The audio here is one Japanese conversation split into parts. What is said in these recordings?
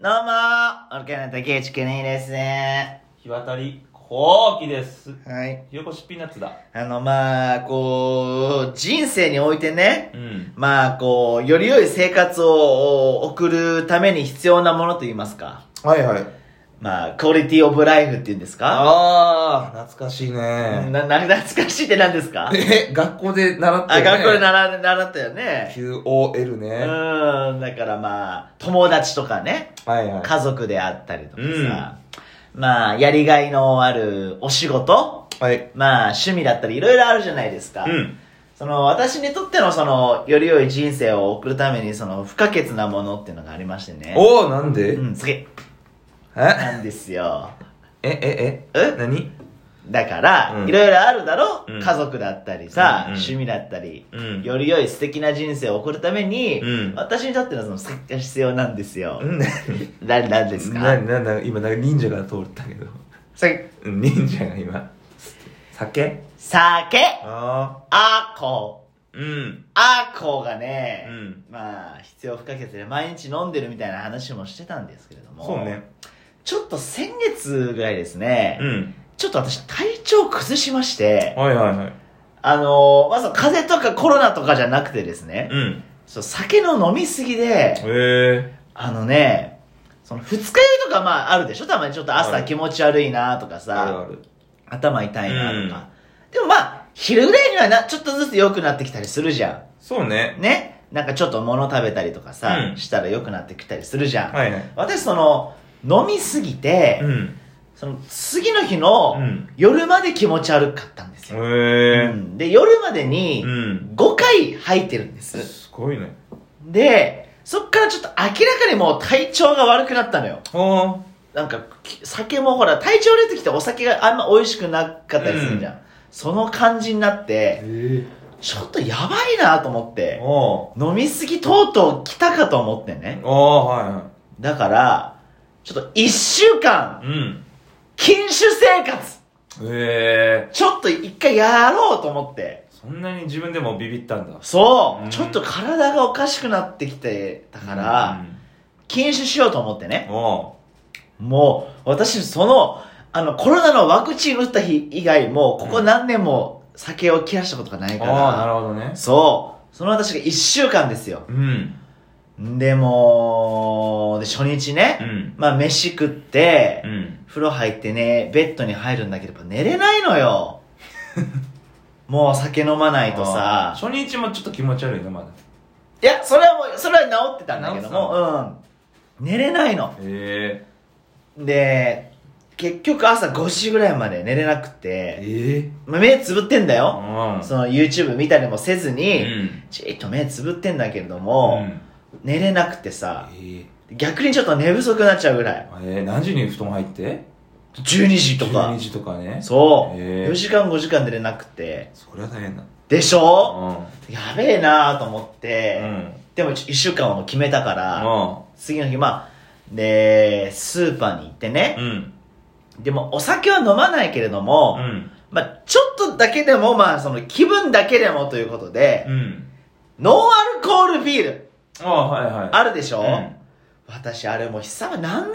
どうもー、オルカナ竹内くねですね。日渡り後期です。はい。ひよこしピーナッツだ。あの、まあ、こう、人生においてね、うん。まあ、こう、より良い生活を送るために必要なものと言いますか。はいはい。まあ、クオリティオブライフって言うんですかああ、懐かしいな、ね。な、懐かしいって何ですかえ、学校で習ったあ、よね。学校で習習ったよね。 QOL うね。ーん、だからまあ、友達とかね。はいはい。家族であったりとかさ、まあ、やりがいのあるお仕事、はい。まあ、趣味だったり、いろいろあるじゃないですか。うん。その、私にとっての、その、より良い人生を送るために、その、不可欠なものっていうのがありましてね。おおなんで、うん、次。えなんですよ。え、え、ええ何だから、うんいろいろあるだろ、うん家族だったりさ、うんうん趣味だったり。うん。より良い素敵な人生を送るために、うん私にとってのその好きが必要なんですよう。ん、何な、なんですか何何何今、なんか忍者が通ったけど。さうん忍者が今。酒酒、ああ。あこ、うん。アーコーがうね、ん。まあ必要不可欠で毎日飲んでるみたいな話もしてたんですけれどもそうね。ちょっと先月ぐらいですね、うん。ちょっと私体調崩しましてはいはいはい。あのーまず風邪とかコロナとかじゃなくてですね、うん。そう酒の飲みすぎでへえ。あのねその二日酔いとかまああるでしょたまにちょっとあ朝る気持ち悪いなとかあるさある。頭痛いなとか、でもまあ昼ぐらいにはなちょっとずつ良くなってきたりするじゃんそうね。ね、なんかちょっと物食べたりとかさ、うんしたら良くなってきたりするじゃん。はいはい。私その、飲みすぎて、うん。その次の日の、うん。夜まで気持ち悪かったんですへよ。うえ。んで、夜までにうん。 5回吐いてるんです。すごいね。で、そっからちょっと明らかにもう体調が悪くなったのよ。あなんか、き酒もほら、体調出てきてお酒があんま美味しくなかったりするじゃん。その感じになっあ。て、えちょっとやばいなと思っえ。て、あ飲みすぎとうとう来たかと思ってねあ。。ああ、はいはだから、ちょっと一週間、い。うん。禁酒生活、へえ。ちょっと一回やろうと思って。そんなに自分でもビビったんだ。そう、うんちょっと体がおかしくなってきてたから、う禁酒しようと思ってん、ね。おもう、私、その、あの、コロナのワクチン打った日以外、もう、ここ何年も酒を切らしたことがないあから。ああ、なるほどね。そう。その私が一週間ですよ。うん。でも、で、初日うね、ん。まあ、飯食って、うん。風呂入ってね、ベッドに入るんだけど、やっぱ寝れないの よ。もう酒飲まないとあーさ。初日もちょっと気持ち悪いの、まだ。いや、それはもう、それは治ってたんだけど治っも、うん。寝れないの。へで、結局朝5時ぐらいまで寝れなくて、え。ええ。まあ目つぶってんだうよ。ん。その YouTube 見たりもせずうに、ん。じーっと目つぶってんだけれどうも、ん。寝れなくてさ、ええ。逆にちょっと寝不足になっちゃうぐらい。ええ、何時に布団入って12時とか12。時とかね。そう。へえ4時間5時間寝れなくて。そりゃ大変だ。でしょうん。やべえなぁと思っうて、ん。でも一週間はもう決めたから、次の日、まあ、で、スーパーに行ってね、うん。でもお酒は飲まないけれどうも、ん。まあ、ちょっとだけでも、まあ、その気分だけでもということで、うん。ノンアルコールビール、ああ、はいはい。あるでしょ、うん私、あれもう久々、何年か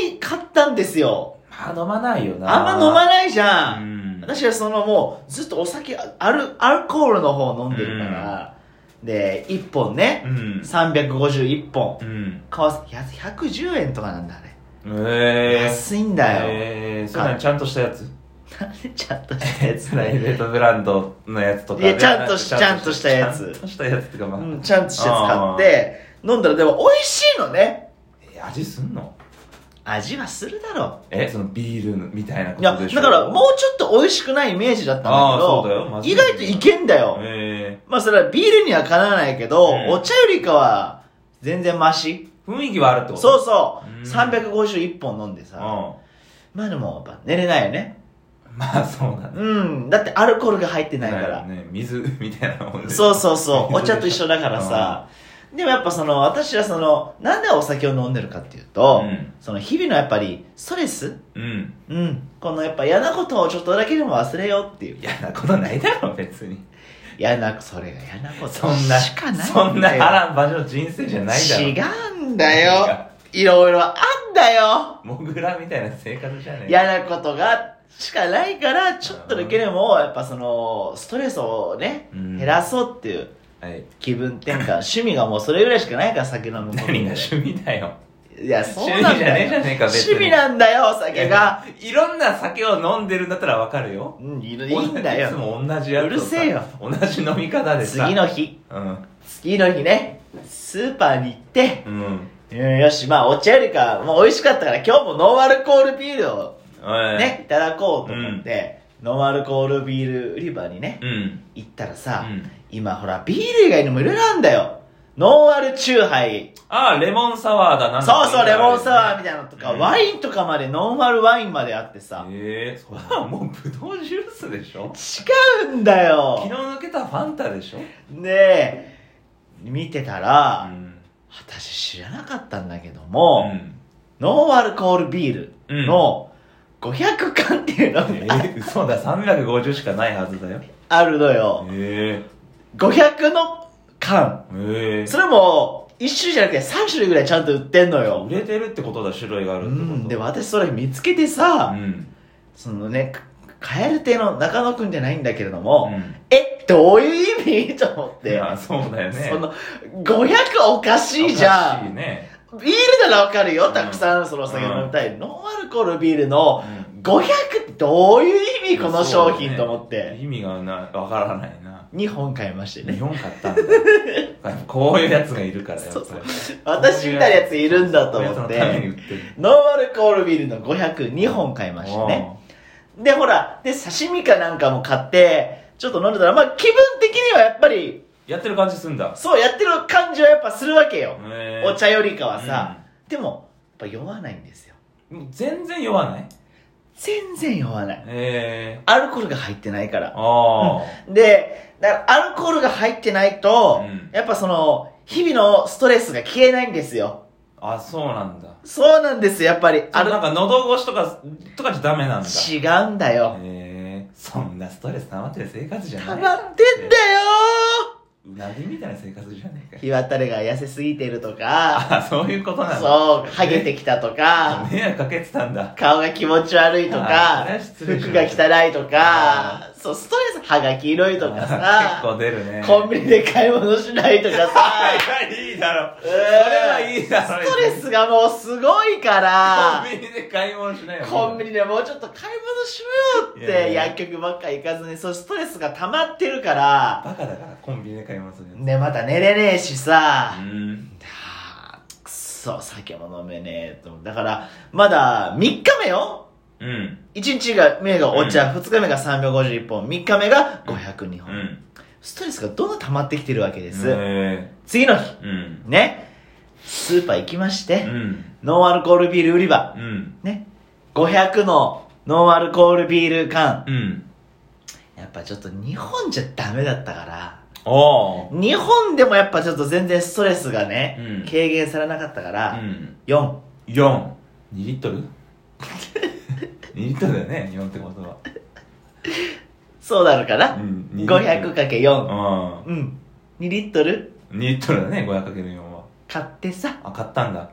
ぶりに買ったんですよ。まあ飲まないよな。あんま飲まないじゃん。うん。私はそのもうずっとお酒アルアルコールの方飲んでるから、で1本ねうん。 351本うん。買わせ100 110円とかなんだあれ、ええ。安いんだよ、ええ、そうなのちゃんとしたやつ。なんでちゃんとしたやつプなライいベートブランドのやつとかいやちゃんとしちゃんとしたやつちゃんとしたやつっていうかまあ、うん、ちゃんとしたやつ買って飲んだらでも美味しいのねえ味すんの味はするだろえそのビールみたいなこういやとでしょだからもうちょっと美味しくないイメージだったんだけあーそうだよどまずい意外といけんだよ、えまあそれはビールにはかなわないけど、うんお茶よりかは全然マシー、雰囲気はあるってことそううそう、ん351本飲んでうさ、んまあでもやっぱ寝れないよねまあそうだねうんだってアルコールが入ってないから、ね水みたいなもんでそううそう そうお茶と一緒だからさ、でもやっぱその私はそのなんでお酒を飲んでるかっていうと、うんその日々のやっぱりストレスうんうんこのやっぱ嫌なことをちょっとだけでも忘れようっていう嫌なことないだろ別に嫌なそれが嫌なことそんなしかないんだよそんな波乱場所の人生じゃないだろ違うんだよいろいろあんだよモグラみたいな生活じゃねえ嫌なことがしかないからちょっとだけでもやっぱそのストレスをねうん減らそうっていうはい気分転換趣味がもうそれぐらいしかないから酒飲むこと何が趣味だよいやそうなん趣味じゃだねえよじゃねえか別に趣味なんだよお酒がいろんな酒を飲んでるんだったらわかるようんいるいいんだいつよも同じやつをさうるせえよ同じ飲み方でさ次の日うん次の日ねスーパーに行ってうんうんよしまあお茶よりかもう美味しかったから今日もノンアルコールビールをおいねいただこうと思って、ノンアルコールビール売り場にねうん行ったらあさ、今ほらビール以外にもいろいろあんだよノンアルチューハイあレモンサワーだなんだそうそうレモンサワーみたいなのとか、うんワインとかまでノンアルワインまであってさ、ええそれはもうブドウジュースでしょ違うんだよ昨日抜けたファンタでしょねえ見てたら、ん私知らなかったんだけどうも、んノンアルコールビールの500缶っていうのえがー、嘘だ350しかないはずだよあるのよ、え500の缶えええそれも1種類じゃなくて3種類ぐらいちゃんと売ってんのよ売れてるってことだ種類があうるってことんで私それ見つけてさ、うんそのねカエル亭の中野くんじゃないんだけれどうも、んえどういう意味と思って、 まあそうだよねその500おかしいじゃおかしいんねビールならわかるようんたくさんそのお酒飲みたい、ノンアルコールビールのうん500ってどういう意味この商品、と思っそうだねて意味がなわからないな2本買いまして日ね本買ったんだ こういうやつがいるからやっぱそうりそう私みたいなやついるんだと思っこういうやつのためにて売ってるノンアルコールビールの5002本買いましてねで、ほら、で、刺身かなんかも買って、ちょっと飲んでたら、まあ気分的にはやっぱり、うんやってる感じすんだそうやってる感じはやっぱするわけよ。へーお茶よりかはさ。でも、やっぱ酔わないんですよ。うんもう全然酔わない全然酔わない。ええアルコールが入ってないから。あで、だからアルコールが入ってないと、うんやっぱその、日々のストレスが消えないんですよ。ああそうなんだそうなんですよ、やっぱり。ああれるなんか喉越しとかとかじゃダメなんだ違うんだよ。えー、そんなストレス溜まってる生活じゃ溜ないまってんだようなぎみたいな生活じゃねえーかよ日渡りが痩せすぎてるとか、あそういうことなんだそう、ハゲてきたとか、迷惑かけてたんだ顔が気持ち悪いとあーかそれは、失礼し服がました汚いとか、そう、ストレス、歯が黄色いとかあー結さ、構出るねコンビニで買い物しないとかさ、はいいいだろそそれはいいだ ろストレスがもうすごいからコ、ンビニで買い物しないよコンビニでもうちょっと買い物しようっいやいて、や薬局ばっか行かずに、そう、ストレスが溜まってるから、バカだからコンビニで買い物するやつね、また寝れねえしさ、うんはあくっそ、酒も飲めねえと思う。だから、まだ3日目ようん1日が目がお茶、2日目が351本3日目が502う本、んストレスがどんどん溜まってきてるわけです、え次の日ーうんねスーパー行きまして、うんノンアルコールビール売り場うんね500のノンアルコールビール缶うんやっぱちょっと日本じゃダメだったからおー日本でもやっぱちょっと全然ストレスがね、うん軽減されなかったかうら、ん4 42リットル 2リットルだよね4ってことはそうなるかな、うん2リットル 500×4 ううん2リットルん2リットルだね 500×4 は買ってさあ買ったんだ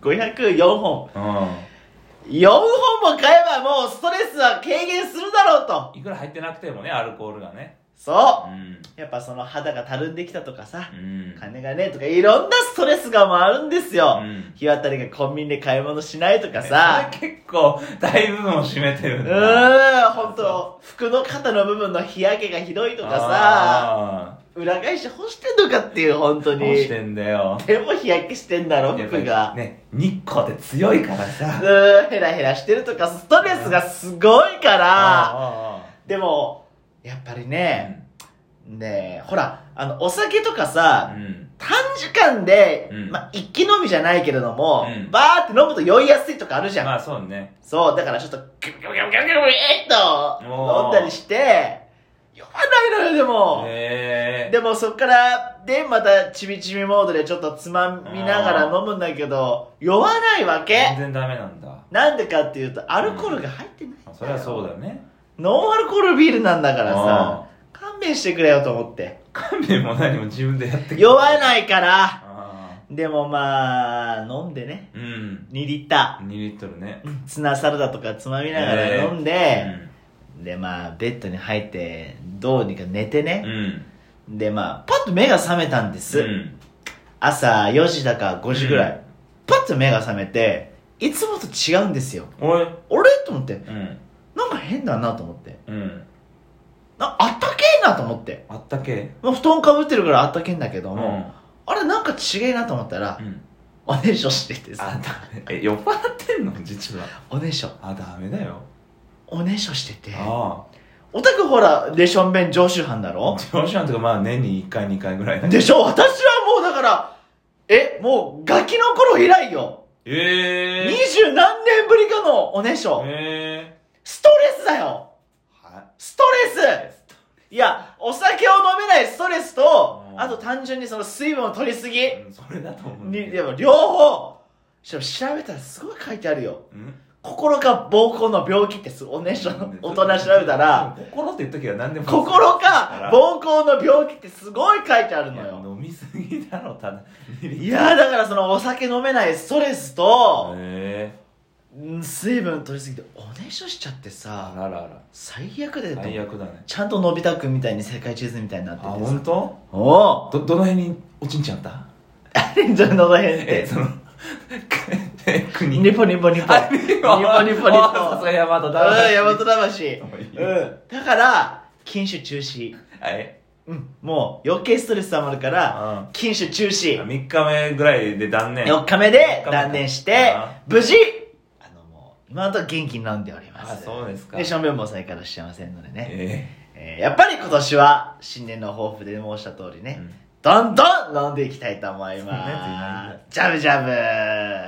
504本う4本も買えばもうストレスは軽減するだろうとんいくら入ってなくてもねアルコールがねそううんやっぱその肌がたるんできたとかさうん金がねえとかいろんなストレスがもあるんですよ、うん日当たりがコンビニで買い物しないとかささあ結構大部分を占めてうるんんだ本当服の肩の部分の日焼けがひどいとかさあ裏返して干してんのかっていう本当ーにどうしてんだよでも日焼けしてんだろやっぱ服りが、ね日光って強いからうさーんヘラヘラしてるとかストレスがすごいからあでもやっぱりあね、ねえほらあのお酒とかさ、うん短時間で、うんまあ一気飲みじゃないけれども、うんバーって飲むと酔いやすいとかあるじゃん、まあそうねそうだからちょっとギュギュギュギュギュギュえっとおー飲んだりして酔わないのよでも、へえでもそっからでまたちびちびモードでちょっとつまみながら飲むんだけど酔わないわ全け然ダメなんだなんでかっていうとアルコールが入ってないんだよ、そりゃそうだよねノンアルコールビールなんだからさ勘弁してくれよと思ってうん勘弁も何も自分でやって酔わないからあでもまあ、飲んでね。うん。 2リッタ2リットルね。ー。ツナサラダとかつまみながら飲んで、でまあ、ベッドに入って、どうにか寝てうん。ね。うん。でまあ、パッと目が覚めたんです。うん朝4時だか5時ぐらい。うんパッと目が覚めて、いつもと違うんですよ。おい。あれと思って、うん。なんか変だなと思って。うん。なあったけえなと思って。あったけまあ、布団かぶってるからあったけえんだけうどん。も、あれなんか違えなと思ったらう、ん。おねしょしててさ、あ、だ、え、酔っ払ってんの実は。おねしょ、あ、ダメだよ。おねしょしてて、あオタクほら、でしょんべん常習犯だあ。ろ上司なんとかまあ年に1回2回ぐらいだけどでしょ私はもうだから、え、もうガキの頃以来よ。え二え十何年ぶりかのおねしょ。えストレスだよー。はストレスいや、お酒を飲めないストレスとう、んあと単純にその水分を取りすぎ。い。うんそれだと思う。に、でも両方、しかも調べたらすごい書いてあるよ。うん。心か膀胱の病気ってすおねしょの大人調べたら、心って言っときは何でも。心か膀胱の病気ってすごい書いてあるいのやよ飲みすぎだろ、ただ。いやーだからそのお酒飲めないストレスと、えうん水分取りすぎておねしょしちゃってえさあららら。最悪だよ最悪だね。ちゃんとのび太くんみたいに世界地図みたいになっあ、ててさ本当？おうど、どの辺におちんちゃんあったあれじゃのどへんっえ、てその、え国。ニポニポニポあ、ニポニポニポあさすがヤマトうんだ。大和魂もういいうんだから禁酒中止はい。うんもう余計ストレス溜まるからあ禁酒中止3日目ぐらいで 断念。 4日目で断念してあ、無事、あのもう、今のところ元気に飲んでおります。あそうですかで、ションベンも再開してませんのでね。ええーやっぱり今年は、新年の抱負で申した通りえね、うんどんどん飲んでいきたいと思いそんなやついないんまだす。ジャブジャブ